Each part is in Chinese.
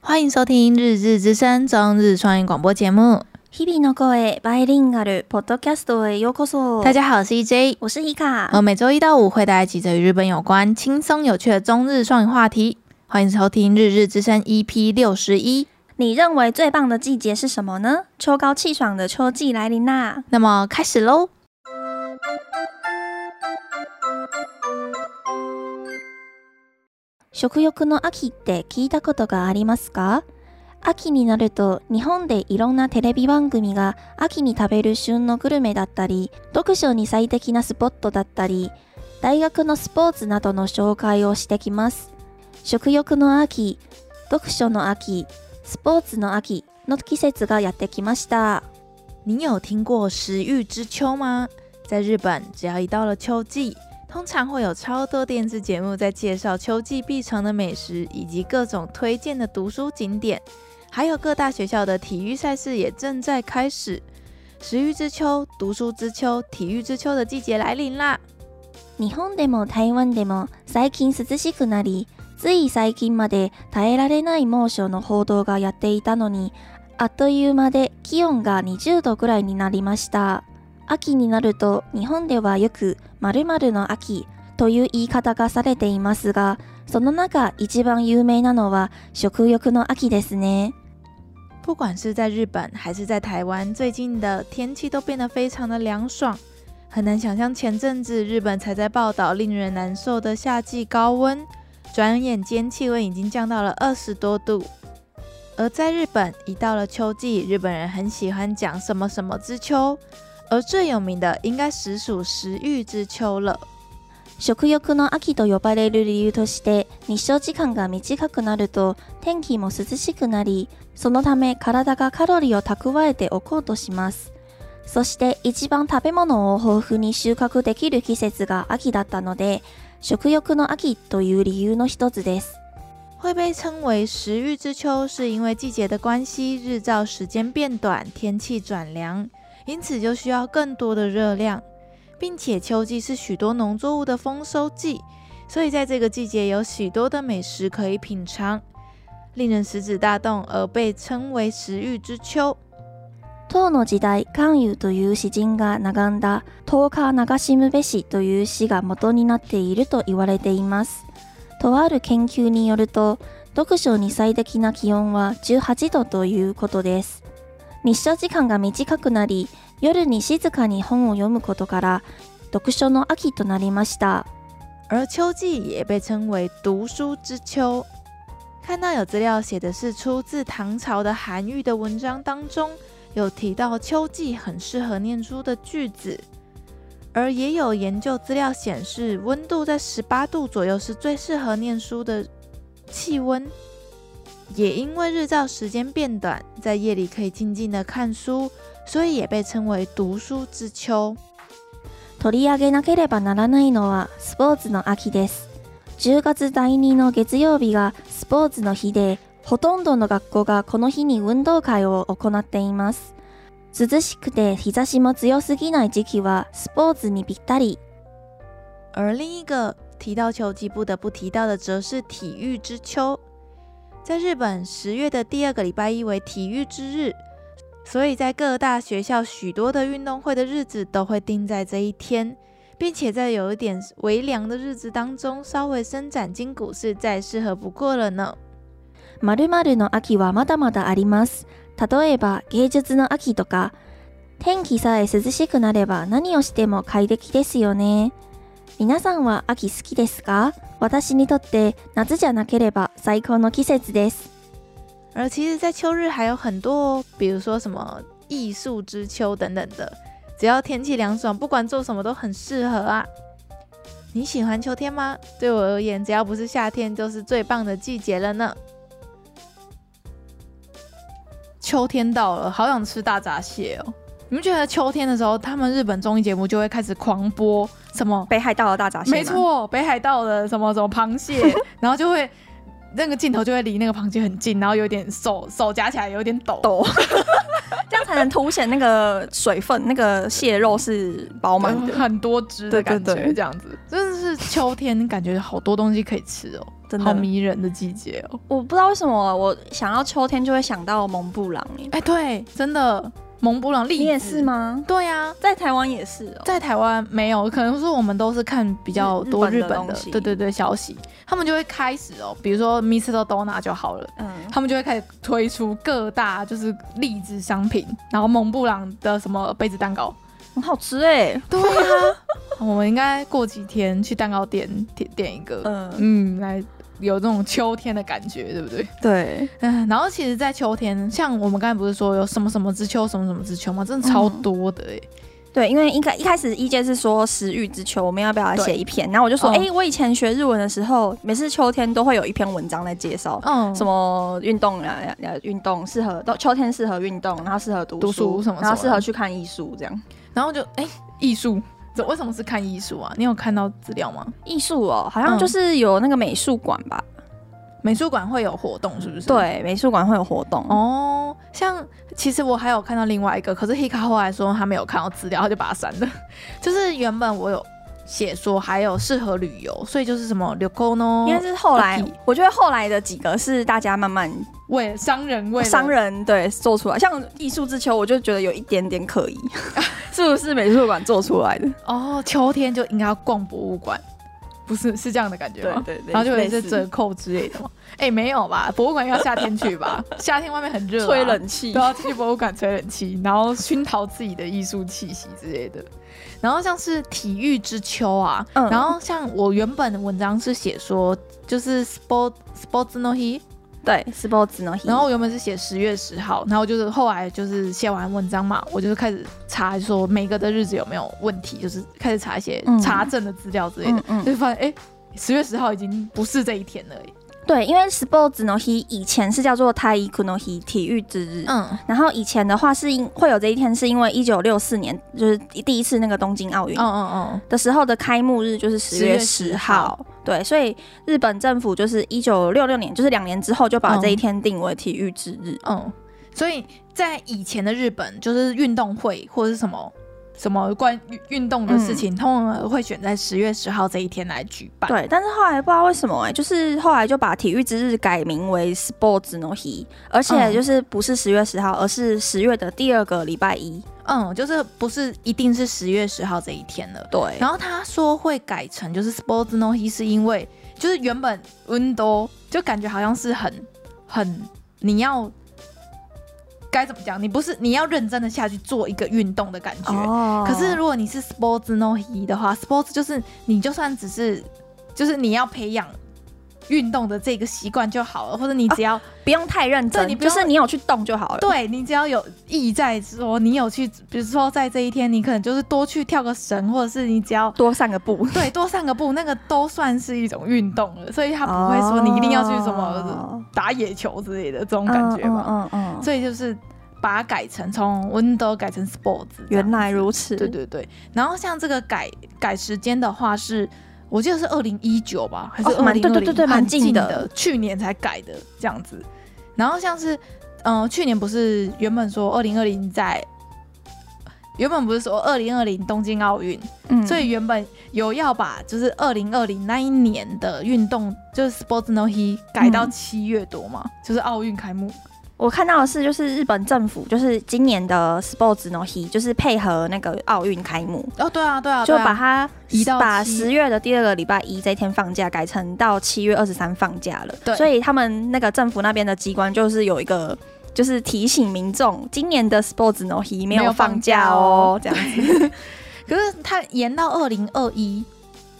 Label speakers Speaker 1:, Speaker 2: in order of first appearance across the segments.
Speaker 1: 欢迎收听《日日之声》中日双语广播节目。
Speaker 2: 日々の声バイリンガルポッドキャストへようこそ。
Speaker 1: 大，家嗯好，我是 EJ。
Speaker 2: 我是伊卡。
Speaker 1: 我每周一到五会带来几则与日本有关、轻松有趣的中日双语话题。欢迎收听《日日之声》EP 六十一。
Speaker 2: 你认为最棒的季节是什么呢？秋高气爽的秋季来临啦！
Speaker 1: 那么开始喽。
Speaker 2: 食欲の秋って聞いたことがありますか秋になると日本でいろんなテレビ番組が秋に食べる旬のグルメだったり読書に最適なスポットだったり大学のスポーツなどの紹介をしてきます食欲の秋読書の秋スポーツの秋の季節がやってきました
Speaker 1: 您有听过食欲之秋吗？在日本，只要一到了秋季，通常会有超多电视节目在介绍秋季必尝的美食，以及各种推荐的读书景点，还有各大学校的体育赛事也正在开始。食欲之秋、读书之秋、体育之秋的季节来临啦！
Speaker 2: 日本でも台湾でも最近涼しくなりつい最近まで耐えられない猛暑の報道がやっていたのにあっという間で気温が20度ぐらいになりました秋になると日本ではよく〇〇の秋という言い方がされていますがその中一番有名なのは食欲の秋ですね
Speaker 1: 不管是在日本还是在台湾，最近的天气都变得非常的凉爽，很难想象前阵子日本才在报道令人难受的夏季高温，转眼间气温已经降到了二十多度。而在日本，一到了秋季，日本人很喜欢讲什么什么之秋，而最有名的应该实属食欲之秋了。
Speaker 2: 食欲の秋と呼ばれる理由として日照時間が短くなると天気も涼しくなりそのため体がカロリーを蓄えておこうとしますそして一番食べ物を豊富に収穫できる季節が秋だったので食欲の秋という理由の一つです
Speaker 1: 会被称为食欲之秋，是因为季节的关系，日照时间变短，天气转凉，因此就需要更多的热量，并且秋季是许多农作物的丰收季，所以在这个季节有许多的美食可以品尝，令人食指大动，而被称为食欲之秋。
Speaker 2: 唐の時代関羽という詩人が長んだ「十日長しむべし」という詩が元になっていると言われていますとある研究によると読書に最適な気温は18度ということです日照時間が短くなり夜に静かに本を読むことから読書の秋となりました
Speaker 1: 而秋季也被称为读书之秋。看到有资料写的是出自唐朝的韩愈的文章当中，有提到秋季很适合念书的句子，而也有研究资料显示，温度在十八度左右是最适合念书的气温。也因为日照时间变短，在夜里可以静静的看书，所以也被称为读书之秋。
Speaker 2: 取り上げなければならないのはスポーツの秋です10月第2の月曜日がスポーツの日でほとんどの学校がこの日に運動会を行っています涼しくて日差しも強すぎない時期はスポーツにぴったり
Speaker 1: 而另一个提到秋季不得不提到的，则是体育之秋。在日本，十月的第二个礼拜一为体育之日，所以在各大学校许多的运动会的日子都会定在这一天，并且在有一点微凉的日子当中，稍微伸展筋骨是再适合不过了呢。
Speaker 2: 〇〇の秋はまだまだあります。例えば芸術の秋とか、天気さえ涼しくなれば何をしても快適ですよね。皆さんは秋好きですか私にとって夏じゃなければ最高の季節です。
Speaker 1: 而其实，在秋日还有很多、哦，比如说什么艺术之秋等等的，只要天气凉爽，不管做什么都很适合啊。你喜欢秋天吗？对我而言，只要不是夏天，就是最棒的季节了呢。秋天到了，好想吃大闸蟹哦！你们觉得秋天的时候，他们日本综艺节目就会开始狂播什么
Speaker 3: 北海道的大闸蟹吗
Speaker 1: 没，错，北海道的什么什么螃蟹， 然后就会那个镜头就会离那个螃蟹很近，然后有点手手夹起来有点抖，
Speaker 3: 抖，这样才能凸显那个水分，那个蟹肉是饱满
Speaker 1: 嗯
Speaker 3: 的。
Speaker 1: 很多汁的
Speaker 3: 对对
Speaker 1: 感觉，
Speaker 3: 对
Speaker 1: 这样子真的是秋天，感觉好多东西可以吃哦。
Speaker 3: 真
Speaker 1: 好
Speaker 3: 的。
Speaker 1: 迷人的季节哦。
Speaker 3: 我不知道为什么我想到秋天就会想到蒙布朗耶，
Speaker 1: 哎，对，真的，蒙布朗栗子
Speaker 3: 你也是？吗？
Speaker 1: 对啊，
Speaker 3: 在台湾也是哦。
Speaker 1: 在台湾没有，可能是我们都是看比较多
Speaker 3: 日
Speaker 1: 日
Speaker 3: 日本的
Speaker 1: 本的，
Speaker 3: 东西
Speaker 1: 对对对，消息，他们就会开始哦，比如说 Mr. Dona 就好了。
Speaker 3: 嗯，
Speaker 1: 他们就会开始推出各大就是荔枝商品，然后蒙布朗的什么杯子蛋糕。
Speaker 3: 很好吃哎。
Speaker 1: 对啊， 我们应该过几天去蛋糕店点点一个，
Speaker 3: 嗯，
Speaker 1: 嗯，来有这种秋天的感觉，对不对？
Speaker 3: 对，
Speaker 1: 嗯，然后其实，在秋天，像我们刚才不是说有什么什么之秋，什么什么之秋吗？真的超多的哎、
Speaker 3: 对，因为一开一开始一届是说食欲之秋，我们要不要来
Speaker 1: 对
Speaker 3: 写一篇？然后我就说，
Speaker 1: 嗯
Speaker 3: 哎、我以前学日文的时候，每次秋天都会有一篇文章来介绍。
Speaker 1: 嗯，
Speaker 3: 什么运动啊，啊啊运动适合，都秋天适合运动，然后适合读
Speaker 1: 读书什么
Speaker 3: 然
Speaker 1: 什
Speaker 3: 后
Speaker 1: 么
Speaker 3: 适
Speaker 1: 的
Speaker 3: 合去看艺术这样。
Speaker 1: 然后就哎，艺术，这为什么是看艺术啊？你有看到资料吗？
Speaker 3: 艺术哦，好像
Speaker 1: 嗯
Speaker 3: 就是有那个美术馆吧？
Speaker 1: 美术馆会有活动是不是？。
Speaker 3: 对，美术馆会有活动。
Speaker 1: 哦，像其实我还有看到另外一个，可是 Hika 后来说他没有看到资料，他就把它删了。 就是原本我有写说还有适合旅游，所以就是什么 l o c o n o
Speaker 3: 应该是后来
Speaker 1: Lucky，
Speaker 3: 我觉得后来的几个是大家慢慢
Speaker 1: 为了商人为了
Speaker 3: 商人对做出来，像艺术之秋，我就觉得有一点点可疑， 是不是美术馆做出来的？
Speaker 1: 哦，秋天就应该要逛博物馆，不是是这样的感觉吗？
Speaker 3: 对对
Speaker 1: 然后就有一
Speaker 3: 类
Speaker 1: 些
Speaker 3: 似
Speaker 1: 折扣之类的吗？哎、没有吧？博物馆要夏天去 吧？夏天外面很热、啊，
Speaker 3: 吹冷气
Speaker 1: 都。要去博物馆吹冷气，然后熏陶自己的艺术气息之类的。然后像是体育之秋啊，
Speaker 3: 嗯
Speaker 1: 然后像我原本的文章是写说，就是 sport sports no he，
Speaker 3: 对 s p o r t 呢？
Speaker 1: 然后我原本是写十月十号，然后就是后来就是写完文章嘛，我就是开始查说每个的日子有没有问题，就是开始查一些
Speaker 3: 嗯
Speaker 1: 查证的资料之类的，
Speaker 3: 嗯嗯，
Speaker 1: 就发现哎，十、0月十号已经不是这一天了、欸，
Speaker 3: 对，因为 sports no he 以前是叫做 tai ku no he 体育之日，
Speaker 1: 嗯
Speaker 3: 然后以前的话是因会有这一天，是因为一九六四年就是第一次那个东京奥运
Speaker 1: 嗯嗯嗯，
Speaker 3: 的时候的开幕日就是十月
Speaker 1: 10
Speaker 3: 十
Speaker 1: 月
Speaker 3: 号，对，所以日本政府就是一九六六年，就是两年之后就把
Speaker 1: 嗯
Speaker 3: 这一天定为体育之日。
Speaker 1: 嗯，所以在以前的日本，就是运动会或者是什么什么关于运动的事
Speaker 3: 嗯
Speaker 1: 情，通常会选在十月十号这一天来举办。，
Speaker 3: 对，但是后来不知道为什么、哎，就是后来就把体育之日改名为 Sports No He，而且
Speaker 1: 嗯
Speaker 3: 就是不是十月十号，而是十月的第二个礼拜一。
Speaker 1: 嗯，就是不是一定是十月十号这一天了。
Speaker 3: 对，
Speaker 1: 然后他说会改成就是 Sports No He，是因为就是原本 Window 就感觉好像是很很你要该怎么讲，你不是你要认真的下去做一个运动的感觉。
Speaker 3: 哦
Speaker 1: 可是如果你是 sports no he 的话，sports 就是你就算只是就是你要培养运动的这个习惯就好了，或者你只要、
Speaker 3: 不用太认真，
Speaker 1: 对你不
Speaker 3: 就
Speaker 1: 用
Speaker 3: 是你有去动就好了。
Speaker 1: 对你只要有意在说你有去，比如说在这一天你可能就是多去跳个绳，或者是你只要。
Speaker 3: 多散个步。
Speaker 1: 对，多散个步，那个都算是一种运动了，所以他不会说你一定要去什么
Speaker 3: 哦
Speaker 1: 打野球之类的这种感觉嘛。
Speaker 3: 嗯嗯嗯嗯
Speaker 1: 所以就是把它改成从 window 改成 sports，这样
Speaker 3: 原来如此。
Speaker 1: 对对对，然后像这个改改时间的话是，我记得是二零一九吧，还是
Speaker 3: 哦
Speaker 1: 二
Speaker 3: 蛮
Speaker 1: 零
Speaker 3: 对对对对蛮近
Speaker 1: 近
Speaker 3: 的
Speaker 1: 去年才改的这样子。然后像是，嗯、去年不是原本说二零二零在，原本不是说二零二零东京奥运，
Speaker 3: 嗯，
Speaker 1: 所以原本有要把就是二零二零那一年的运动就是 Sports No He 改到
Speaker 3: 嗯
Speaker 1: 七月多嘛，就是奥运开幕。
Speaker 3: 我看到的是，就是日本政府就是今年的 Sports No He，就是配合那个奥运开幕，
Speaker 1: 哦，对啊，对啊，
Speaker 3: 就
Speaker 1: 对啊
Speaker 3: 把它
Speaker 1: 移到
Speaker 3: 把
Speaker 1: 七
Speaker 3: 十月的第二个礼拜一这一天放假改成到七月二十三放假了。
Speaker 1: 对
Speaker 3: 所以他们那个政府那边的机关就是有一个。就是提醒民众，今年的 Sports No He 没有放假哦， 这样子。
Speaker 1: 可是它延到二零二一，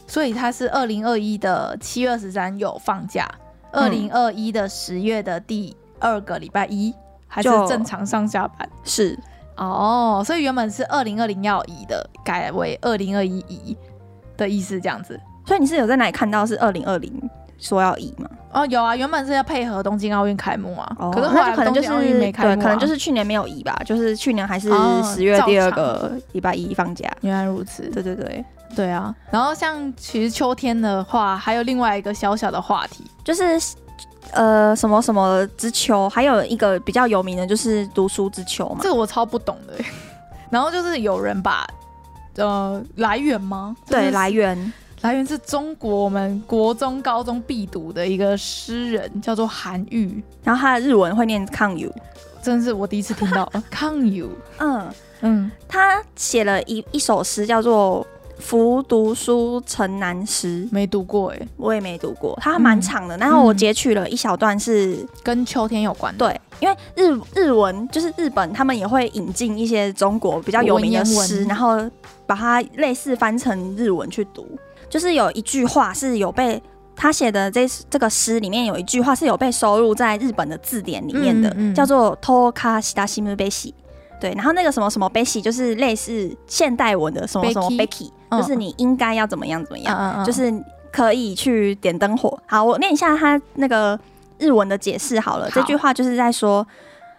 Speaker 1: 所以它是二零二一的七月二十三有放假，二零二一的十月的第二个礼拜一还是
Speaker 3: 就
Speaker 1: 正常上下班
Speaker 3: 是，
Speaker 1: 哦。所以原本是二零二零要移的，改为二零二一移的意思这样子。
Speaker 3: 所以你是有在哪里看到是二零二零说要移吗？哦
Speaker 1: 哦，有啊，原本是要配合东京奥运开幕啊，可是后
Speaker 3: 那
Speaker 1: 来
Speaker 3: 就可
Speaker 1: 东
Speaker 3: 能就
Speaker 1: 京奥运
Speaker 3: 是
Speaker 1: 没开幕、啊
Speaker 3: 对，可能就是去年没有移吧，就是去年还是
Speaker 1: 哦
Speaker 3: 十月
Speaker 1: 照
Speaker 3: 第二
Speaker 1: 常
Speaker 3: 个礼拜一放假。
Speaker 1: 原来如此，
Speaker 3: 对对对，
Speaker 1: 对啊。然后像其实秋天的话，还有另外一个小小的话题，
Speaker 3: 就是呃什么什么之秋，还有一个比较有名的就是读书之秋嘛
Speaker 1: 这。个我超不懂的 欸。然后就是有人把呃来源吗？
Speaker 3: 对，
Speaker 1: 就是
Speaker 3: 来源
Speaker 1: 来源自中国，我们国中、高中必读的一个诗人，叫做韩愈，
Speaker 3: 然后它的日文会念抗友，
Speaker 1: 真是我第一次听 到抗友。
Speaker 3: 嗯，
Speaker 1: 嗯，
Speaker 3: 他写了一一首诗叫做《浮读书城南诗》，
Speaker 1: 没读过哎，
Speaker 3: 我也没读过，它还蛮长的。然后我截取了一小段是，
Speaker 1: 跟秋天有关的。
Speaker 3: 对，因为日日文就是日本，他们也会引进一些中国比较有名的
Speaker 1: 文言文
Speaker 3: 诗，然后把它类似翻成日文去读。就是有一句话是有被他写的这这个诗里面有一句话是有被收入在日本的字典里面的，
Speaker 1: 嗯嗯嗯
Speaker 3: 叫做 “toka s h i t a s h i m u b e s i 对，然后那个什么什么 b e s i 就是类似现代文的什么什么
Speaker 1: Becky
Speaker 3: Becky，
Speaker 1: 嗯
Speaker 3: 就是你应该要怎么样怎么样。
Speaker 1: 嗯嗯，
Speaker 3: 就是可以去点灯火。好，我念一下他那个日文的解释好了。
Speaker 1: 好
Speaker 3: 这句话就是在说，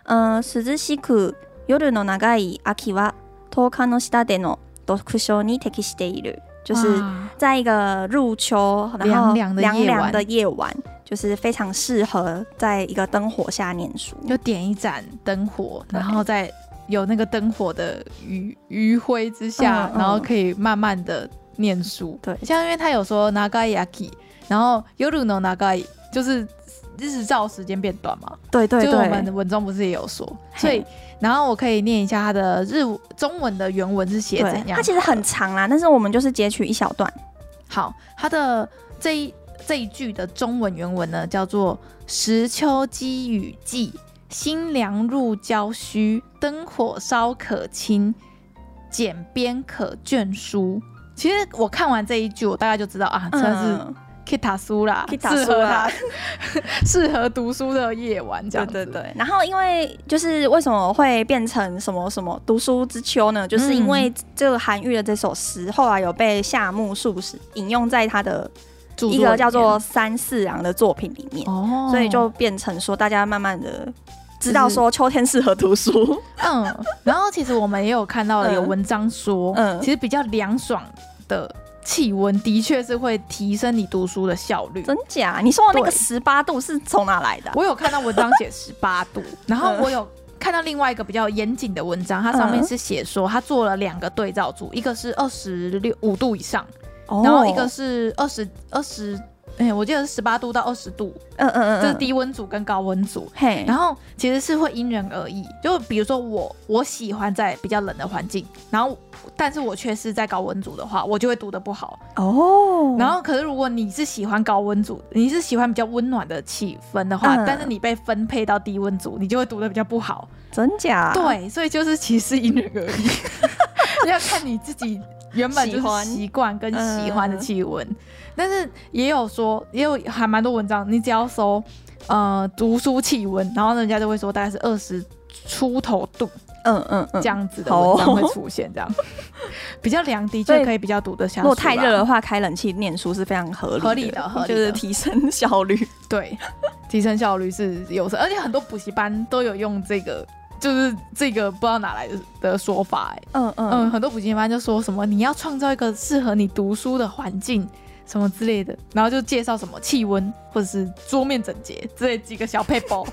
Speaker 3: 嗯、涼しく夜の長い秋は10日の下での読書に適している，就是
Speaker 1: 哇
Speaker 3: 在一个入秋，然后
Speaker 1: 凉凉的夜晚
Speaker 3: 凉凉的夜晚，就是非常适合在一个灯火下念书。
Speaker 1: 就点一盏灯火，
Speaker 3: 对
Speaker 1: 然后再有那个灯火的余余晖之下
Speaker 3: 嗯，嗯
Speaker 1: 然后可以慢慢的念书。
Speaker 3: 对
Speaker 1: 像因为他有说 nagayaki，然后 yoru no nagai 就是日照时间变短嘛，
Speaker 3: 对对
Speaker 1: 就我
Speaker 3: 对
Speaker 1: 们，文中不是也有说，
Speaker 3: 嘿
Speaker 1: 所以然后我可以念一下他的日中文的原文是写
Speaker 3: 对
Speaker 1: 怎，样。
Speaker 3: 它其实很长啦，但是我们就是截取一小段。
Speaker 1: 好，它的这一这一句的中文原文呢，叫做“时秋积雨霁，新凉入郊墟，灯火烧可亲，简编可卷书”。其实我看完这一句，我大概就知道啊，这是 Kita 苏啦，
Speaker 3: Kita
Speaker 1: 适
Speaker 3: 苏
Speaker 1: 合
Speaker 3: 嗯啦
Speaker 1: 他适合 读书的夜晚这样子。
Speaker 3: 对对对，然后因为就是为什么会变成什么什么读书之秋呢？就是因
Speaker 1: 嗯
Speaker 3: 为这个韩愈的这首诗，后来有被夏目漱石引用在他的
Speaker 1: 著作里
Speaker 3: 一
Speaker 1: 面，
Speaker 3: 个叫做《三四郎》的作品里面，
Speaker 1: 哦，
Speaker 3: 所以就变成说大家慢慢的知道说秋天适合 读书。
Speaker 1: 嗯，然后其实我们也有看到了
Speaker 3: 嗯
Speaker 1: 有文章说，
Speaker 3: 嗯
Speaker 1: 其实比较凉爽的气温的确是会提升你读书的效率。
Speaker 3: 真假？你说的那个
Speaker 1: 对
Speaker 3: 十八度是从哪来的啊、
Speaker 1: 我有看到文章写十八度，然后我有看到另外一个比较严谨的文章，它上面
Speaker 3: 嗯
Speaker 1: 是写说它做了两个对照组，一个是二十六五度以上，
Speaker 3: 哦
Speaker 1: 然后一个是二十二十，哎，我记得是十八度到二十度，
Speaker 3: 嗯嗯嗯，
Speaker 1: 这是
Speaker 3: 嗯
Speaker 1: 低温组跟高温组。
Speaker 3: 嘿，
Speaker 1: 然后其实是会因人而异，就比如说我我喜欢在比较冷的环境，然后但是我却是在高温组的话，我就会读得不好。
Speaker 3: 哦，
Speaker 1: 然后可是如果你是喜欢高温组，你是喜欢比较温暖的气氛的话，
Speaker 3: 嗯
Speaker 1: 但是你被分配到低温组，你就会读得比较不好。
Speaker 3: 真假？，
Speaker 1: 对，所以就是其实因人而异， 要看你自己原本就是
Speaker 3: 喜欢嗯
Speaker 1: 习惯跟喜欢的气温。但是也有说，也有还蛮多文章，你只要搜呃读书气温，然后人家就会说大概是二十。出头度
Speaker 3: 嗯嗯嗯，
Speaker 1: 这样子的
Speaker 3: 好
Speaker 1: 文
Speaker 3: 哦
Speaker 1: 章会出现，这样、 比较凉的
Speaker 3: 所
Speaker 1: 确
Speaker 3: 以
Speaker 1: 可以比较读得下。
Speaker 3: 如果太热的，话，开冷气念书是非常啊合理
Speaker 1: 合理的合理的
Speaker 3: 就是 提升效率。
Speaker 1: 对，提升效率是有时，而且很多补习班都有用这个，就是这个不知道哪来的的说法、欸，
Speaker 3: 嗯
Speaker 1: 嗯，，很多补习班就说什么你要创造一个适合你读书的环境，什么之类的，然后就介绍什么气温或者是桌面整洁之类几个小 paper，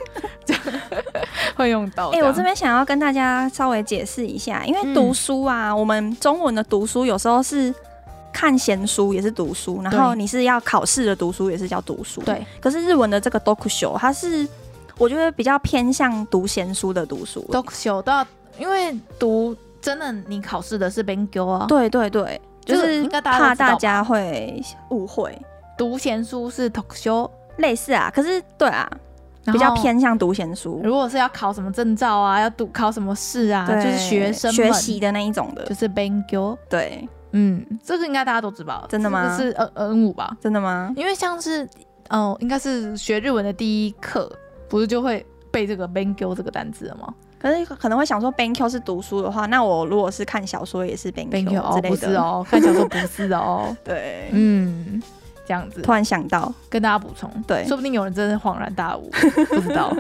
Speaker 1: 这样会用到。
Speaker 3: 哎、
Speaker 1: 样
Speaker 3: 我这边想要跟大家稍微解释一下，因
Speaker 1: 嗯
Speaker 3: 为读书啊，我们中文的读书有时候是看闲书也是读书，然后
Speaker 1: 对
Speaker 3: 你是要考试的读书也是叫读书。
Speaker 1: 对，
Speaker 3: 可是日文的这个 dokusho，它是我觉得比较偏向读闲书的读书。
Speaker 1: 都修到，因为读真的你考试的是 b e n g o 啊，
Speaker 3: 对对对，就
Speaker 1: 这个
Speaker 3: 是
Speaker 1: 应该大家都
Speaker 3: 怕
Speaker 1: 知道吧
Speaker 3: 大家会误会。
Speaker 1: 读闲书是 t o k
Speaker 3: 类似啊，可是对啊，比较。偏向读闲书，
Speaker 1: 如果是要考什么证照啊，要读考什么试啊，
Speaker 3: 对
Speaker 1: 就是学生
Speaker 3: 学
Speaker 1: 们
Speaker 3: 习的那一种的
Speaker 1: 就，是 b e n g o
Speaker 3: 对，
Speaker 1: 嗯，这个应该大家都知道，
Speaker 3: 真的吗
Speaker 1: 这个是 N N 五吧？
Speaker 3: 真的吗？
Speaker 1: 因为像是哦，应该是学日文的第一课，不是就会背这个 b e n g o 这个单字了吗
Speaker 3: 可是可能会想说 BenQ 是读书的话，那我如果是看小说也是
Speaker 1: b e
Speaker 3: BenQ
Speaker 1: n g o 哦，
Speaker 3: 之类
Speaker 1: 不是
Speaker 3: 的。
Speaker 1: 哦，看小说不是哦，
Speaker 3: 对，
Speaker 1: 嗯，这样子
Speaker 3: 突然想到，
Speaker 1: 跟大家补充，
Speaker 3: 对
Speaker 1: 说不定有人真的恍然大悟，不知 道。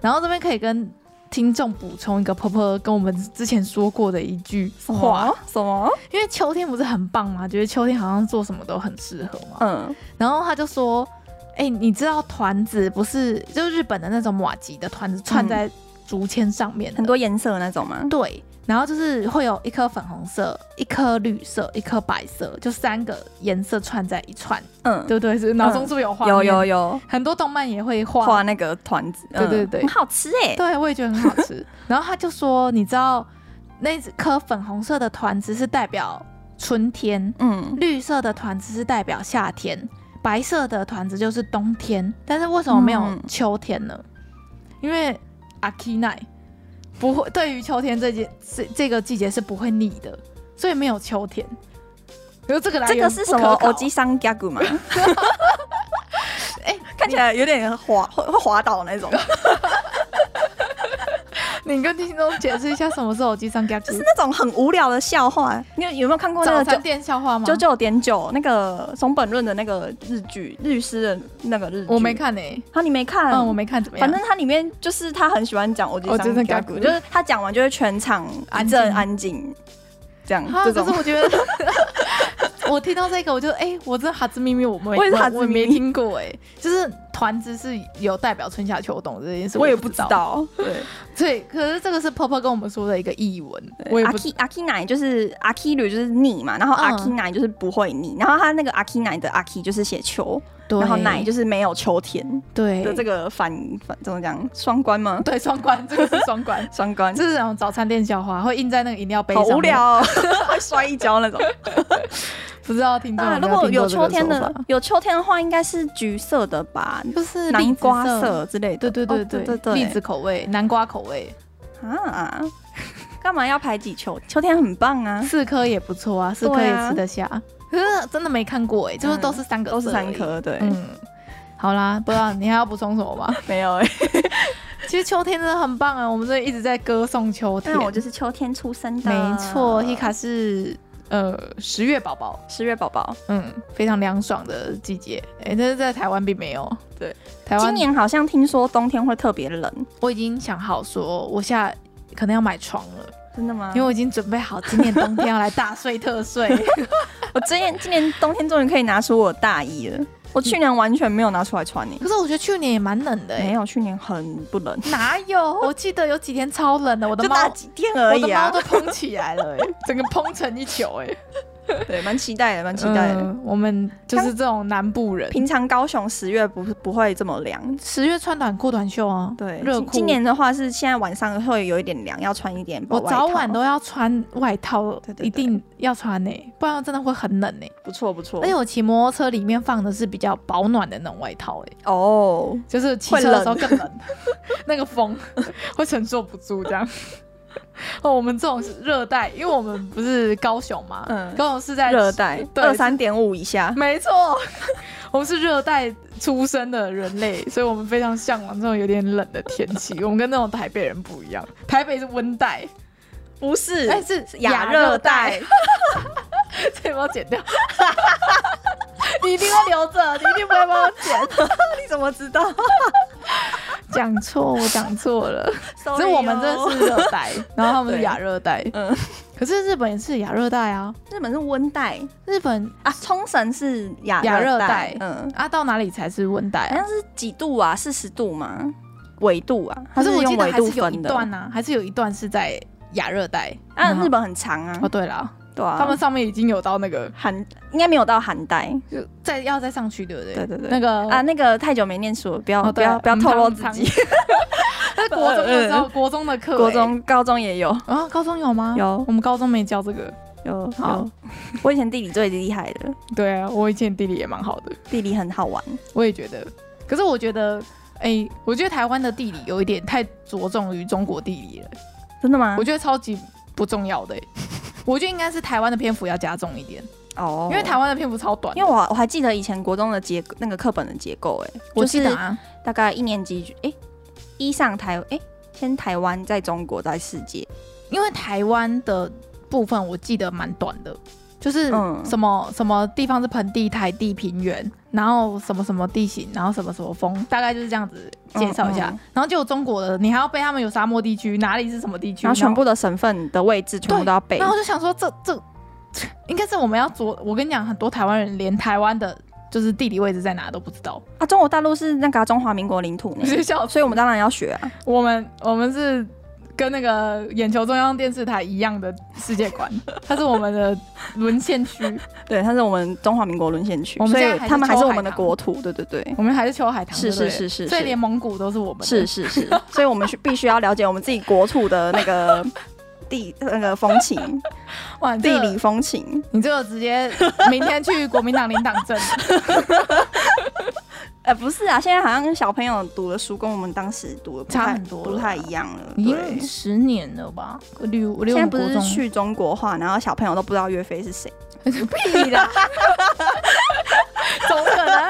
Speaker 1: 然后这边可以跟听众补充一个婆婆跟我们之前说过的一句话，
Speaker 3: 什么？
Speaker 1: 因为秋天不是很棒吗？觉得秋天好像做什么都很适合嘛，
Speaker 3: 嗯，
Speaker 1: 然后他就说：“哎、你知道团子不是
Speaker 3: 嗯
Speaker 1: 就是日本的那种马吉的团子串在竹签上面的、
Speaker 3: 很多颜色的那种吗？
Speaker 1: 对。”然后就是会有一颗粉红色、一颗绿色、一颗白色，就三个颜色串在一串，
Speaker 3: 嗯，
Speaker 1: 对不对？是脑中是不是有画、
Speaker 3: 有有，有
Speaker 1: 很多动漫也会画。
Speaker 3: 画那个团子，嗯
Speaker 1: 对对对
Speaker 3: 很好吃哎，
Speaker 1: 对，我也觉得很好吃。然后他就说，你知道那颗粉红色的团子是代表春天，
Speaker 3: 嗯，
Speaker 1: 绿色的团子是代表夏天，白色的团子就是冬天。但是为什么没有
Speaker 3: 嗯
Speaker 1: 秋天呢？因为阿 k i n a 不会对于秋天这件这这个季节是不会腻的，所以没有秋天。比如这个来
Speaker 3: 这
Speaker 1: 源
Speaker 3: 个是什
Speaker 1: 不可
Speaker 3: 么？
Speaker 1: 考
Speaker 3: 欧吉桑 加古吗？
Speaker 1: 哎
Speaker 3: 看起来有点滑，会会滑倒那 种，
Speaker 1: 你跟听众解释一下什么是偶机上 gap，
Speaker 3: 就是那种很无聊的笑话。你有有没有看过那
Speaker 1: 早
Speaker 3: 个九
Speaker 1: 餐店笑话吗？
Speaker 3: 九九点九那个松本润的那个日剧，律师的那个日剧？
Speaker 1: 我没，看诶、
Speaker 3: 啊，你没看？
Speaker 1: 嗯，我没看怎么样。
Speaker 3: 反正它里面就是他很喜欢讲我
Speaker 1: 哦真的假的
Speaker 3: 就是他讲完就会全场
Speaker 1: 安
Speaker 3: 一
Speaker 1: 静
Speaker 3: 阵安静， 这样
Speaker 1: 啊，
Speaker 3: 这
Speaker 1: 可是
Speaker 3: 种。
Speaker 1: 我觉得， 我听到这个，我就哎、我真的哈兹咪咪，我没，
Speaker 3: 我也是哈兹咪
Speaker 1: 我
Speaker 3: 咪
Speaker 1: 没听过哎、就是团子是有代表春夏秋冬这件事，
Speaker 3: 我也
Speaker 1: 不
Speaker 3: 不知。道，对，
Speaker 1: 对，可是这个是泡泡跟我们说的一个译文， 我也
Speaker 3: 阿
Speaker 1: 不嗯知
Speaker 3: k 阿 k 奶就是阿 k 女就是腻嘛，然后阿 k 奶就是不会腻，然后他那个阿 k 奶的阿 k 就是写秋，
Speaker 1: 对，
Speaker 3: 然后奶就是没有秋天
Speaker 1: 对
Speaker 3: 的这个反反怎么讲双关吗？，
Speaker 1: 对双关，这个是双关
Speaker 3: 双关，
Speaker 1: 这是那种早餐店笑话，会印在那个饮料杯
Speaker 3: 好
Speaker 1: 上面。
Speaker 3: 无聊、哦， 会摔一跤那种。
Speaker 1: 不知道听众
Speaker 3: 啊，
Speaker 1: 有没
Speaker 3: 如
Speaker 1: 有
Speaker 3: 果
Speaker 1: 听
Speaker 3: 有
Speaker 1: 过这个
Speaker 3: 秋天
Speaker 1: 说
Speaker 3: 的
Speaker 1: 法，
Speaker 3: 有秋天的话，应该是橘色的吧，
Speaker 1: 就是
Speaker 3: 南瓜
Speaker 1: 栗子
Speaker 3: 色之类
Speaker 1: 对
Speaker 3: 的。
Speaker 1: 对对
Speaker 3: 哦对
Speaker 1: 对
Speaker 3: 对，
Speaker 1: 栗子口味、南瓜口味，
Speaker 3: 啊，干嘛要排挤秋？秋天很棒啊，
Speaker 1: 四颗也不错啊，四颗
Speaker 3: 对
Speaker 1: 也
Speaker 3: 啊
Speaker 1: 吃得下。可是真的没看过哎、就是都是三个、
Speaker 3: 都是三。颗，对，
Speaker 1: 嗯，好啦，不知道你还要补充什么吗？
Speaker 3: 没有、欸。
Speaker 1: 其实秋天真的很棒啊，我们这一直在歌颂秋天。
Speaker 3: 但我就是秋天出生的，
Speaker 1: 没错，Hika 是呃十月宝宝，
Speaker 3: 十月宝宝。
Speaker 1: 嗯，非常凉爽的季节。哎、但是在台湾并没有。
Speaker 3: 对，
Speaker 1: 台湾
Speaker 3: 今年好像听说冬天会特别冷，
Speaker 1: 我已经想好说，我下可能要买床了，
Speaker 3: 真的吗？
Speaker 1: 因为我已经准备好今年冬天要来大睡特 睡。
Speaker 3: 我今年今年冬天终于可以拿出我的大衣了，我去年完全没有拿出来穿呢、
Speaker 1: 可是我觉得去年也蛮冷的、欸，
Speaker 3: 没有，去年很不冷，
Speaker 1: 哪有？我记得有几天超冷的，我的
Speaker 3: 就
Speaker 1: 猫，
Speaker 3: 大几天而
Speaker 1: 我的
Speaker 3: 已
Speaker 1: 猫
Speaker 3: 啊
Speaker 1: 都。蓬起来了、 欸，整个蓬成一球、欸，哎，
Speaker 3: 对，蛮期待的，蛮期待的。
Speaker 1: 我们就是这种南部人，
Speaker 3: 平常高雄十月不不会这么凉，
Speaker 1: 十月穿短裤短袖啊，
Speaker 3: 对，
Speaker 1: 热
Speaker 3: 今
Speaker 1: 裤。
Speaker 3: 今年的话是现在晚上会有一点凉，要穿一点薄
Speaker 1: 我
Speaker 3: 外套。啊
Speaker 1: 早晚都要穿外套，
Speaker 3: 对对对哦
Speaker 1: 一定要穿呢、不然真的会很冷呢、欸
Speaker 3: 不错不错。
Speaker 1: 而且我骑摩托车里面放的是比较保暖的那种外套、欸，
Speaker 3: 哦，
Speaker 1: 就是骑车的时候更冷， 那个风会承受不住 这样。哦，我们这种是热带，因为我们不是高雄嘛，
Speaker 3: 嗯
Speaker 1: 高雄是在
Speaker 3: 热带
Speaker 1: 对
Speaker 3: 二三点五以下，
Speaker 1: 没错，我们是热带出生的人类，所以我们非常向往这种有点冷的天气。我们跟那种台北人不一样， 台北是温带，
Speaker 3: 不是
Speaker 1: 哎、是
Speaker 3: 亚热带，，
Speaker 1: 这把我剪掉。 你一定会留着，你一定不会帮我剪。
Speaker 3: 你怎么知道？
Speaker 1: 讲错，我讲错 了。只
Speaker 3: Sorry
Speaker 1: 是我们真
Speaker 3: 哦
Speaker 1: 的是热带，然后他们是
Speaker 3: 对
Speaker 1: 亚热带。
Speaker 3: 嗯
Speaker 1: 可是日本也是亚热带啊，
Speaker 3: 日本是温带
Speaker 1: 日本
Speaker 3: 啊，冲绳是亚
Speaker 1: 亚热带
Speaker 3: 带，嗯，
Speaker 1: 啊到哪里才是温带啊？
Speaker 3: 好像是几度啊？是十度吗？纬度啊，它
Speaker 1: 可是我
Speaker 3: 用
Speaker 1: 记得
Speaker 3: 纬
Speaker 1: 还
Speaker 3: 度
Speaker 1: 是有一
Speaker 3: 分的。
Speaker 1: 段啊，还是有一段是在亚热带。
Speaker 3: 啊，
Speaker 1: 然后
Speaker 3: 日本很长啊
Speaker 1: 哦，，对了，
Speaker 3: 对啊，
Speaker 1: 他们上面已经有到那个，
Speaker 3: 寒应该没有到寒带，
Speaker 1: 就再要再上去，对不对？
Speaker 3: 对对对
Speaker 1: 那个
Speaker 3: 啊，那个太久没念书了，不要
Speaker 1: 哦
Speaker 3: 不
Speaker 1: 对啊
Speaker 3: 要不要
Speaker 1: 嗯
Speaker 3: 透露
Speaker 1: 汤
Speaker 3: 自
Speaker 1: 汤
Speaker 3: 己。
Speaker 1: 那是国中的时 候，国中的课欸，
Speaker 3: 国中、高中也有
Speaker 1: 啊，高中有吗？
Speaker 3: 有
Speaker 1: 我们高中没教这个。
Speaker 3: 有
Speaker 1: 好
Speaker 3: 有，我以前地理最厉害的，
Speaker 1: 对啊，我以前地理也蛮好的，
Speaker 3: 地理很好玩。
Speaker 1: 我也觉得。可是我觉得，哎，我觉得台湾的地理有一点太着重于中国地理了，
Speaker 3: 真的吗
Speaker 1: 我？觉得超级不重要的欸。我觉得应该是台湾的篇幅要加重一点，
Speaker 3: 哦
Speaker 1: 因为台湾的篇幅超短的。
Speaker 3: 因为我我还记得以前国中的结那个课本的结构、哎，
Speaker 1: 我
Speaker 3: 就
Speaker 1: 记得
Speaker 3: 是
Speaker 1: 啊，
Speaker 3: 大概一年级，哎、一上台，哎、先台湾，在中国，在世界，
Speaker 1: 因为台湾的部分我记得蛮短的，就是
Speaker 3: 嗯
Speaker 1: 什么、什么地方是盆地、台地、平原，然后什么什么地形，然后什么什么风，大概就是这样子介绍一下。
Speaker 3: 嗯嗯
Speaker 1: 然后就有中国的，你还要背他们有沙漠地区，哪里是什么地区，
Speaker 3: 然后全部的省份的位置全部都要背
Speaker 1: 然后。然后我就想说这这 应该是我们要着，我跟你讲，很多台湾人连台湾的。就是地理位置在哪都不知道，
Speaker 3: 啊，中国大陆是那个啊、中华民国领土呢
Speaker 1: 直，接笑死。
Speaker 3: 所以我们当然要学啊。
Speaker 1: 我们我们是跟那个眼球中央电视台一样的世界观，它是我们的沦陷区，
Speaker 3: 对，它是我们中华民国沦陷区
Speaker 1: 我，们
Speaker 3: 所
Speaker 1: 现在
Speaker 3: 以
Speaker 1: 还是
Speaker 3: 他们还是我们的
Speaker 1: 秋海棠
Speaker 3: 国土。对对对，
Speaker 1: 我们还是秋海棠，
Speaker 3: 是
Speaker 1: 对不对
Speaker 3: 是是是
Speaker 1: 所以
Speaker 3: 是
Speaker 1: 连蒙古都是我们的
Speaker 3: 是是 是，所以我们需必须要了解我们自己国土的那个地那个风 情，
Speaker 1: 哇，你这
Speaker 3: 地
Speaker 1: 个
Speaker 3: 理风情。
Speaker 1: 你这个直 接明天去国民党领党证，
Speaker 3: 呃，不是啊，现在好像小朋友读的书跟我们当时读的不太
Speaker 1: 差很多了
Speaker 3: 不太一样了。
Speaker 1: 已
Speaker 3: 对
Speaker 1: 经，十年了吧？六
Speaker 3: 现
Speaker 1: 六
Speaker 3: 在不
Speaker 1: 国
Speaker 3: 是
Speaker 1: 中
Speaker 3: 去中国化，然后小朋友都不知道岳飞是 谁。
Speaker 1: 屁啦，怎么可能？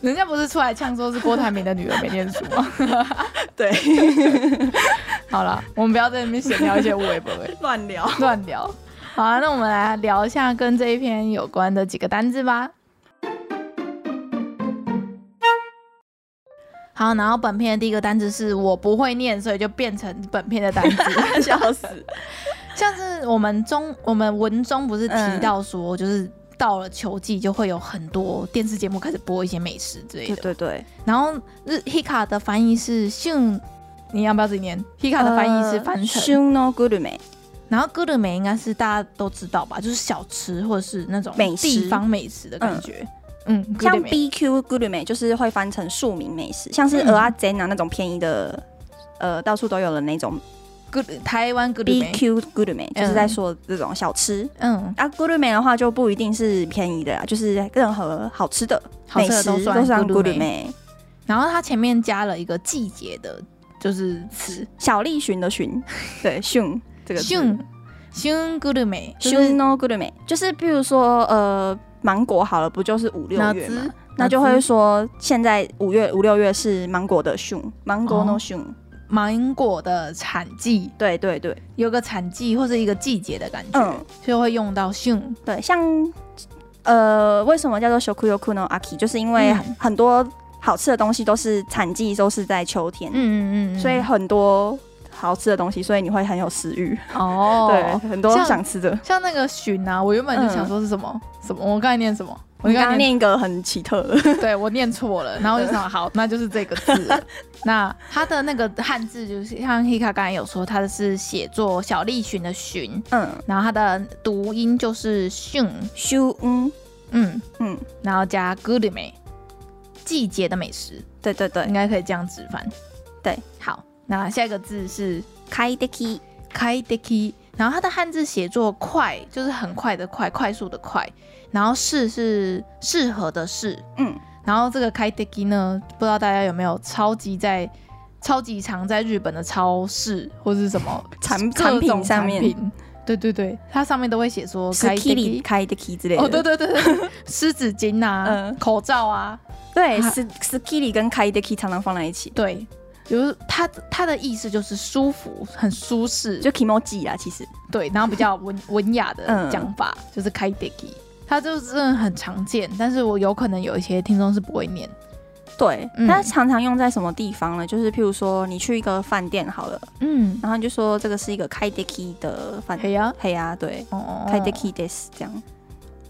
Speaker 1: 人家不是出来呛说是郭台铭的女儿没念书吗？
Speaker 3: 对，
Speaker 1: 好了，我们不要在那边闲聊一些无为不为。
Speaker 3: 乱 聊。
Speaker 1: 乱聊。好啊，那我们来聊一下跟这一篇有关的几个单字吧。好，然后本片的第一个单字是我不会念，所以就变成本片的单 字，
Speaker 3: 笑死！
Speaker 1: 像是我们中我们文中不是提到说，就是到了秋季就会有很多电视节目开始播一些美食之类
Speaker 3: 对
Speaker 1: 的。
Speaker 3: 对对，
Speaker 1: 然后日 hika 的翻译是训，你要不要自己念？hika 的翻译
Speaker 3: 呃
Speaker 1: 是翻成、
Speaker 3: 熊 no g u r u m
Speaker 1: 然后哥德美应该是大家都知道吧，就是小吃或者是那种
Speaker 3: 美食
Speaker 1: 地方美食的感觉。嗯，哥
Speaker 3: 像
Speaker 1: 德美
Speaker 3: BQ g u r u m 就是会翻成庶民美食，像是鹅阿煎啊那种便宜的，呃，到处都有的那种
Speaker 1: 哥台湾哥德美，
Speaker 3: BQ g u r u m 就是在说这种小吃。
Speaker 1: 嗯，
Speaker 3: 啊 g u r u m 的话就不一定是便宜的啦，就是任何好吃的
Speaker 1: 好
Speaker 3: 美
Speaker 1: 吃的
Speaker 3: 食
Speaker 1: 都
Speaker 3: 都
Speaker 1: 算
Speaker 3: 算 g u r u
Speaker 1: Gourmet
Speaker 3: m
Speaker 1: 然后它前面加了一个季节的，就是词
Speaker 3: 小栗旬的 旬，对，旬这个字
Speaker 1: 熊熊哥德美，就
Speaker 3: 旬
Speaker 1: 是
Speaker 3: no g u r u m 就是比如说呃，芒果好了，不就是五六
Speaker 1: 哪
Speaker 3: 月
Speaker 1: 只
Speaker 3: 吗？那就
Speaker 1: 哪
Speaker 3: 会
Speaker 1: 只
Speaker 3: 说现在五月五六月是芒果的旬，芒果
Speaker 1: 哦
Speaker 3: no 旬、
Speaker 1: 芒果的产季，
Speaker 3: 对对对
Speaker 1: 有个产季或是一个季节的感觉，
Speaker 3: 嗯
Speaker 1: 就会用到熊。
Speaker 3: 对，像呃，为什么叫做 shokuyoku no aki？就是因为
Speaker 1: 嗯
Speaker 3: 很多好吃的东西都是产季都是在秋天，
Speaker 1: 嗯嗯嗯，
Speaker 3: 所以很多好吃的东西，所以你会很有食欲。
Speaker 1: 哦，
Speaker 3: 对，很多
Speaker 1: 像
Speaker 3: 想吃的。
Speaker 1: 像那个鲟啊，我原本就想说是什么、什么，我刚才念什么？我
Speaker 3: 嗯你刚刚
Speaker 1: 念
Speaker 3: 念一个很奇特 的，
Speaker 1: 对我念错 了，然后我就想，好，那就是这个字了。 那它的那个汉字就是像 Hika 刚才有说，它是写作小栗旬的旬，
Speaker 3: 嗯
Speaker 1: 然后它的读音就是训，
Speaker 3: ，shu 嗯
Speaker 1: 嗯
Speaker 3: 嗯，
Speaker 1: 然后加 good 美，季节的美食，
Speaker 3: 对对
Speaker 1: 应
Speaker 3: 对，
Speaker 1: 该可以这样直翻。
Speaker 3: 对，
Speaker 1: 好，那下一个字是
Speaker 3: 开 deki
Speaker 1: 开 deki，然后它的汉字写作快，就是很快的快，快速的快，然后适是适合的适，
Speaker 3: 嗯，
Speaker 1: 然后这个开 deki 呢，不知道大家有没有超级在超级常在日本的超市或是什么
Speaker 3: 产
Speaker 1: 各种
Speaker 3: 产品上
Speaker 1: 产
Speaker 3: 面
Speaker 1: 品对对对，它上面都会写说
Speaker 3: 是
Speaker 1: 开
Speaker 3: kiri
Speaker 1: deki。
Speaker 3: 开 deki 之类的。
Speaker 1: 哦，对对对 对，湿纸巾啊，
Speaker 3: 嗯
Speaker 1: 口罩啊，
Speaker 3: 对
Speaker 1: 啊
Speaker 3: ，ski ski 跟开 deki 常常放在一起，
Speaker 1: 对，就是它它的意思就是舒服，很舒适，
Speaker 3: 就 kimoji 啦，其实。
Speaker 1: 对，然后比较 文文雅的
Speaker 3: 嗯
Speaker 1: 讲法、就是开 deki，它就是真的很常见，但是我有可能有一些听众是不会念，
Speaker 3: 对
Speaker 1: 嗯，
Speaker 3: 它常常用在什么地方呢？就是譬如说，你去一个饭店好了，
Speaker 1: 嗯，
Speaker 3: 然后你就说这个是一个开 deki 的饭
Speaker 1: 嘿呀，
Speaker 3: 嘿呀，对，
Speaker 1: 哦
Speaker 3: 开 deki des 这样，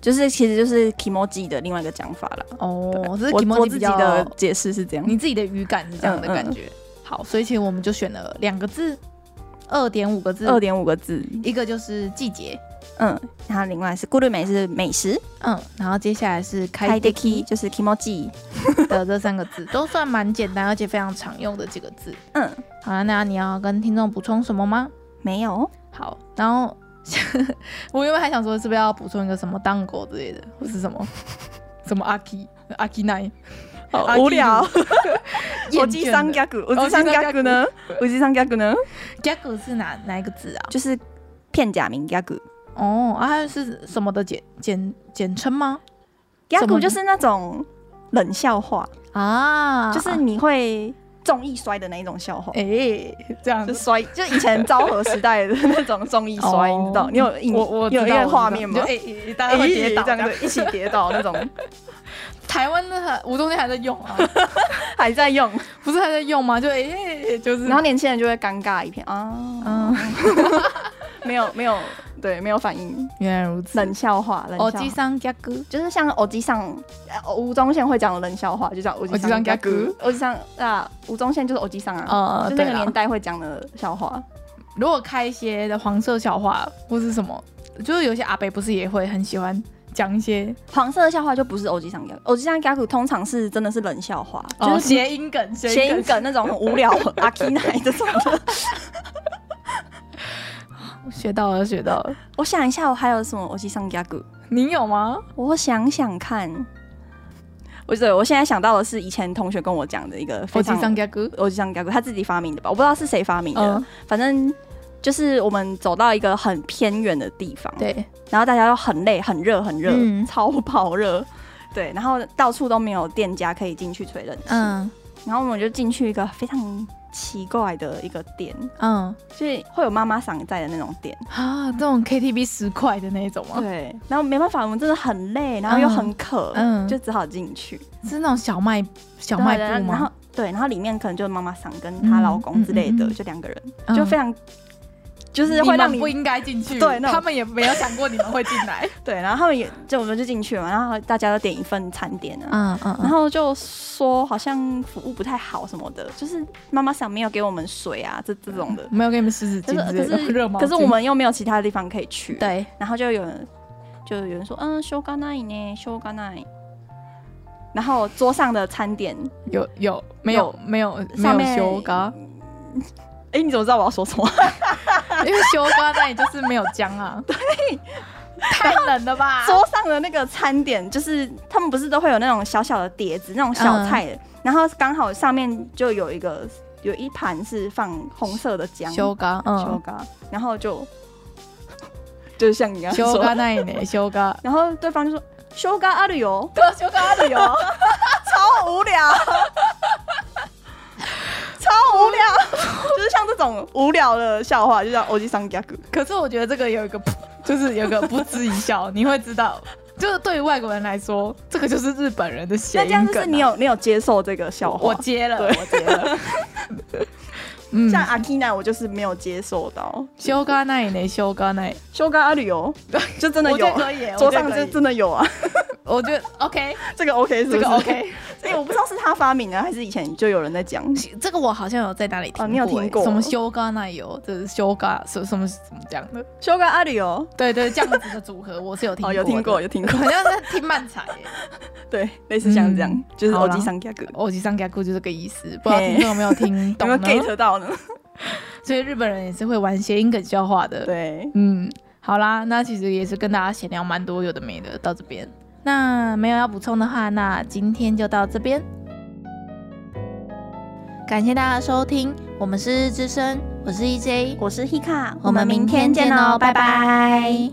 Speaker 3: 就是其实就是 kimoji 的另外一个讲法了。
Speaker 1: 哦，这是
Speaker 3: 我
Speaker 1: kimoji
Speaker 3: 我自
Speaker 1: 比
Speaker 3: 己
Speaker 1: 较
Speaker 3: 的嗯解释是这样。
Speaker 1: 你自己的语感是这样的感觉。好，所以其实我们就选了两个字，二点五个字，
Speaker 3: 二点五个字，
Speaker 1: 一个就是季节，
Speaker 3: 嗯，然后另外是 g u r u m e 是美食，
Speaker 1: 嗯，然后接下来是开
Speaker 3: 开
Speaker 1: deki
Speaker 3: deki 就是 kimoji，
Speaker 1: 的这三个字，都算蛮简单而且非常常用的几个字。
Speaker 3: 嗯，
Speaker 1: 好了，那你要跟听众补充什么吗？
Speaker 3: 没有，
Speaker 1: 好，然后我原本还想说是不是要补充一个什么当狗之类的，或是什 么什么阿基阿基奈，
Speaker 3: 好
Speaker 1: 阿基鲁
Speaker 3: 无聊。
Speaker 1: 厌
Speaker 3: 我
Speaker 1: 倦
Speaker 3: 记
Speaker 1: 了
Speaker 3: 上加古，我记上加古呢？我记上加古呢？
Speaker 1: 加古是哪哪一个字啊？
Speaker 3: 就是片假名加古，
Speaker 1: 哦，啊是什么的简简简称吗？
Speaker 3: 加
Speaker 1: 什么
Speaker 3: 古就是那种冷笑话，
Speaker 1: 啊，
Speaker 3: 就是你会中意摔的那一种笑话
Speaker 1: 哎、。这样
Speaker 3: 就
Speaker 1: 子。
Speaker 3: 摔，就以前昭和时代的那种中意摔，
Speaker 1: 哦
Speaker 3: 你知道？你有印
Speaker 1: 我我
Speaker 3: 你有
Speaker 1: 知
Speaker 3: 一
Speaker 1: 道
Speaker 3: 个
Speaker 1: 我
Speaker 3: 画
Speaker 1: 知道
Speaker 3: 面
Speaker 1: 就
Speaker 3: 吗？
Speaker 1: 哎、哎大家会跌倒
Speaker 3: 这样子，一起跌倒那种，
Speaker 1: 台湾的吴宗宪还在用啊，
Speaker 3: 还 在用，
Speaker 1: 不是还在用吗？就哎、哎哎就是
Speaker 3: 然后年轻人就会尴尬一片啊，
Speaker 1: 嗯，
Speaker 3: 没有没有对没有反应，
Speaker 1: 原来如此。
Speaker 3: 冷笑话，冷
Speaker 1: 哦，
Speaker 3: 笑
Speaker 1: 机
Speaker 3: 话。
Speaker 1: 上加哥，
Speaker 3: 就是像欧吉上，呃吴宗宪会讲的冷笑话，就叫欧吉
Speaker 1: 欧吉桑
Speaker 3: 上
Speaker 1: 加古
Speaker 3: 欧吉上啊，吴宗宪就是欧吉上啊，
Speaker 1: 呃，
Speaker 3: 就
Speaker 1: 对
Speaker 3: 那个
Speaker 1: 啦
Speaker 3: 年代会讲的笑话。
Speaker 1: 如果开一些的黄色笑话或是什么，就是有些阿伯不是也会很喜欢讲一些
Speaker 3: 黄色的笑话就不是欧吉上加古，欧吉上加古通常是真的是冷笑话，
Speaker 1: 哦
Speaker 3: 就是
Speaker 1: 谐音梗、
Speaker 3: 谐音
Speaker 1: 梗。
Speaker 3: 梗那种很无聊阿 K 奶这种的。
Speaker 1: 学到了，学到了。
Speaker 3: 我想一下，我还有什么欧吉上加古？
Speaker 1: 你有吗？
Speaker 3: 我想想看，我对我现在想到的是以前同学跟我讲的一个非
Speaker 1: 我机
Speaker 3: 常
Speaker 1: 上加哥，
Speaker 3: 欧吉上加古，他自己发明的吧？我不知道是谁发明的，
Speaker 1: 嗯
Speaker 3: 反正就是我们走到一个很偏远的地方，
Speaker 1: 对，
Speaker 3: 然后大家都很累、很热、很热，
Speaker 1: 嗯
Speaker 3: 超跑热，对，然后到处都没有店家可以进去吹冷气，
Speaker 1: 嗯
Speaker 3: 然后我们就进去一个非常奇怪的一个店，
Speaker 1: 嗯，
Speaker 3: 就是会有妈妈嗓在的那种店。
Speaker 1: 啊，这种 KTV 十块的那一种吗？
Speaker 3: 对，然后没办法，我们真的很累，然后又很渴，
Speaker 1: 嗯嗯
Speaker 3: 就只好进去。
Speaker 1: 是那种小卖小
Speaker 3: 对
Speaker 1: 卖
Speaker 3: 然
Speaker 1: 部
Speaker 3: 后然后
Speaker 1: 吗？
Speaker 3: 对，然后里面可能就是妈妈桑跟她老公之类的，
Speaker 1: 嗯嗯嗯嗯
Speaker 3: 就两个人，
Speaker 1: 嗯
Speaker 3: 就非常就是会让
Speaker 1: 们不
Speaker 3: 你
Speaker 1: 应该进去，
Speaker 3: 对那种
Speaker 1: 他们也没有想过你们会进来。
Speaker 3: 对，然后他们也就我们就进去嘛，然后大家都点一份餐点啊。
Speaker 1: 嗯嗯
Speaker 3: 然后就说好像服务不太好什么的，就是妈妈桑没有给我们水啊，这这种的。
Speaker 1: 没有给你们湿纸
Speaker 3: 可
Speaker 1: 巾
Speaker 3: 是
Speaker 1: 之
Speaker 3: 可
Speaker 1: 类的，嗯热
Speaker 3: 是
Speaker 1: 毛巾
Speaker 3: 可是我们又没有其他地方可以去，
Speaker 1: 对
Speaker 3: 然后就有人就有人说，嗯，修干奈呢，修干奈。然后桌上的餐点，
Speaker 1: 有有没有没有没
Speaker 3: 上
Speaker 1: 有
Speaker 3: 面
Speaker 1: 修嘎，
Speaker 3: 哎，你怎么知道我要说什么？
Speaker 1: 因为修嘎那里就是没有姜啊。对， 太冷了 吧？
Speaker 3: 桌上的那个餐点，就是他们不是都会有那种小小的碟子，那种小菜，然后刚好上面就有一个有一盘是放红色的姜，
Speaker 1: 修嘎，
Speaker 3: 修
Speaker 1: 嗯，
Speaker 3: 嘎，然后就 就像你刚刚
Speaker 1: 修嘎
Speaker 3: 说，
Speaker 1: 那里呢？修 嘎，
Speaker 3: 然后对方就说修嘎阿旅哦游，
Speaker 1: 对，修嘎的有。
Speaker 3: 哦 超无聊，超无聊，就是像这种无聊的笑话，就叫欧吉桑加古。
Speaker 1: 可是我觉得这个有一个，就是有一个不知一笑，你会知道，就是对于外国人来说，这个就是日本人的谐
Speaker 3: 那
Speaker 1: 音
Speaker 3: 这
Speaker 1: 梗啊、
Speaker 3: 样就是你有你有接受这个笑话？
Speaker 1: 我接了，
Speaker 3: 对
Speaker 1: 我接 了。嗯，
Speaker 3: 像阿 k 娜，我就是没有接受到。
Speaker 1: 修嘎那里呢？修嘎那里，
Speaker 3: 修嘎阿旅游， 就真的
Speaker 1: 我
Speaker 3: 有啊
Speaker 1: 觉得，可以耶，
Speaker 3: 桌上
Speaker 1: 这
Speaker 3: 就真的有啊，
Speaker 1: 我觉得 OK，
Speaker 3: 这个 OK 是不
Speaker 1: 这
Speaker 3: 是
Speaker 1: 个 OK，
Speaker 3: 哎、我不知道是他发明的，还是以前就有人在讲。
Speaker 1: 这个我好像有在哪里听过耶、欸
Speaker 3: 哦你有听过
Speaker 1: 什么修嘎那里有，这是修嘎什什么什么这样的，
Speaker 3: 修嘎阿旅游，
Speaker 1: 对对，这样子的组合我是有哦听
Speaker 3: 哦，
Speaker 1: 过，
Speaker 3: 有听过，，有听过，
Speaker 1: 好像在听漫才耶。
Speaker 3: 对，类似像这样，
Speaker 1: 嗯
Speaker 3: 就是
Speaker 1: 好
Speaker 3: 欧
Speaker 1: 啦
Speaker 3: 吉桑加格，
Speaker 1: 我上给顾就这个意思，不知道听众有没有听
Speaker 3: 有
Speaker 1: 懂
Speaker 3: 没
Speaker 1: 呢
Speaker 3: 有？get 到呢？
Speaker 1: 所以日本人也是会玩谐音梗笑话的。，
Speaker 3: 对，
Speaker 1: 嗯，好啦，那其实也是跟大家闲聊蛮多有的没的，到这边。那没有要补充的话，那今天就到这边。
Speaker 4: 感谢大家的收听，我
Speaker 1: E
Speaker 4: 们是日之声，我是 EJ，
Speaker 3: 我是 Hika，
Speaker 4: 我们明天见哦拜拜。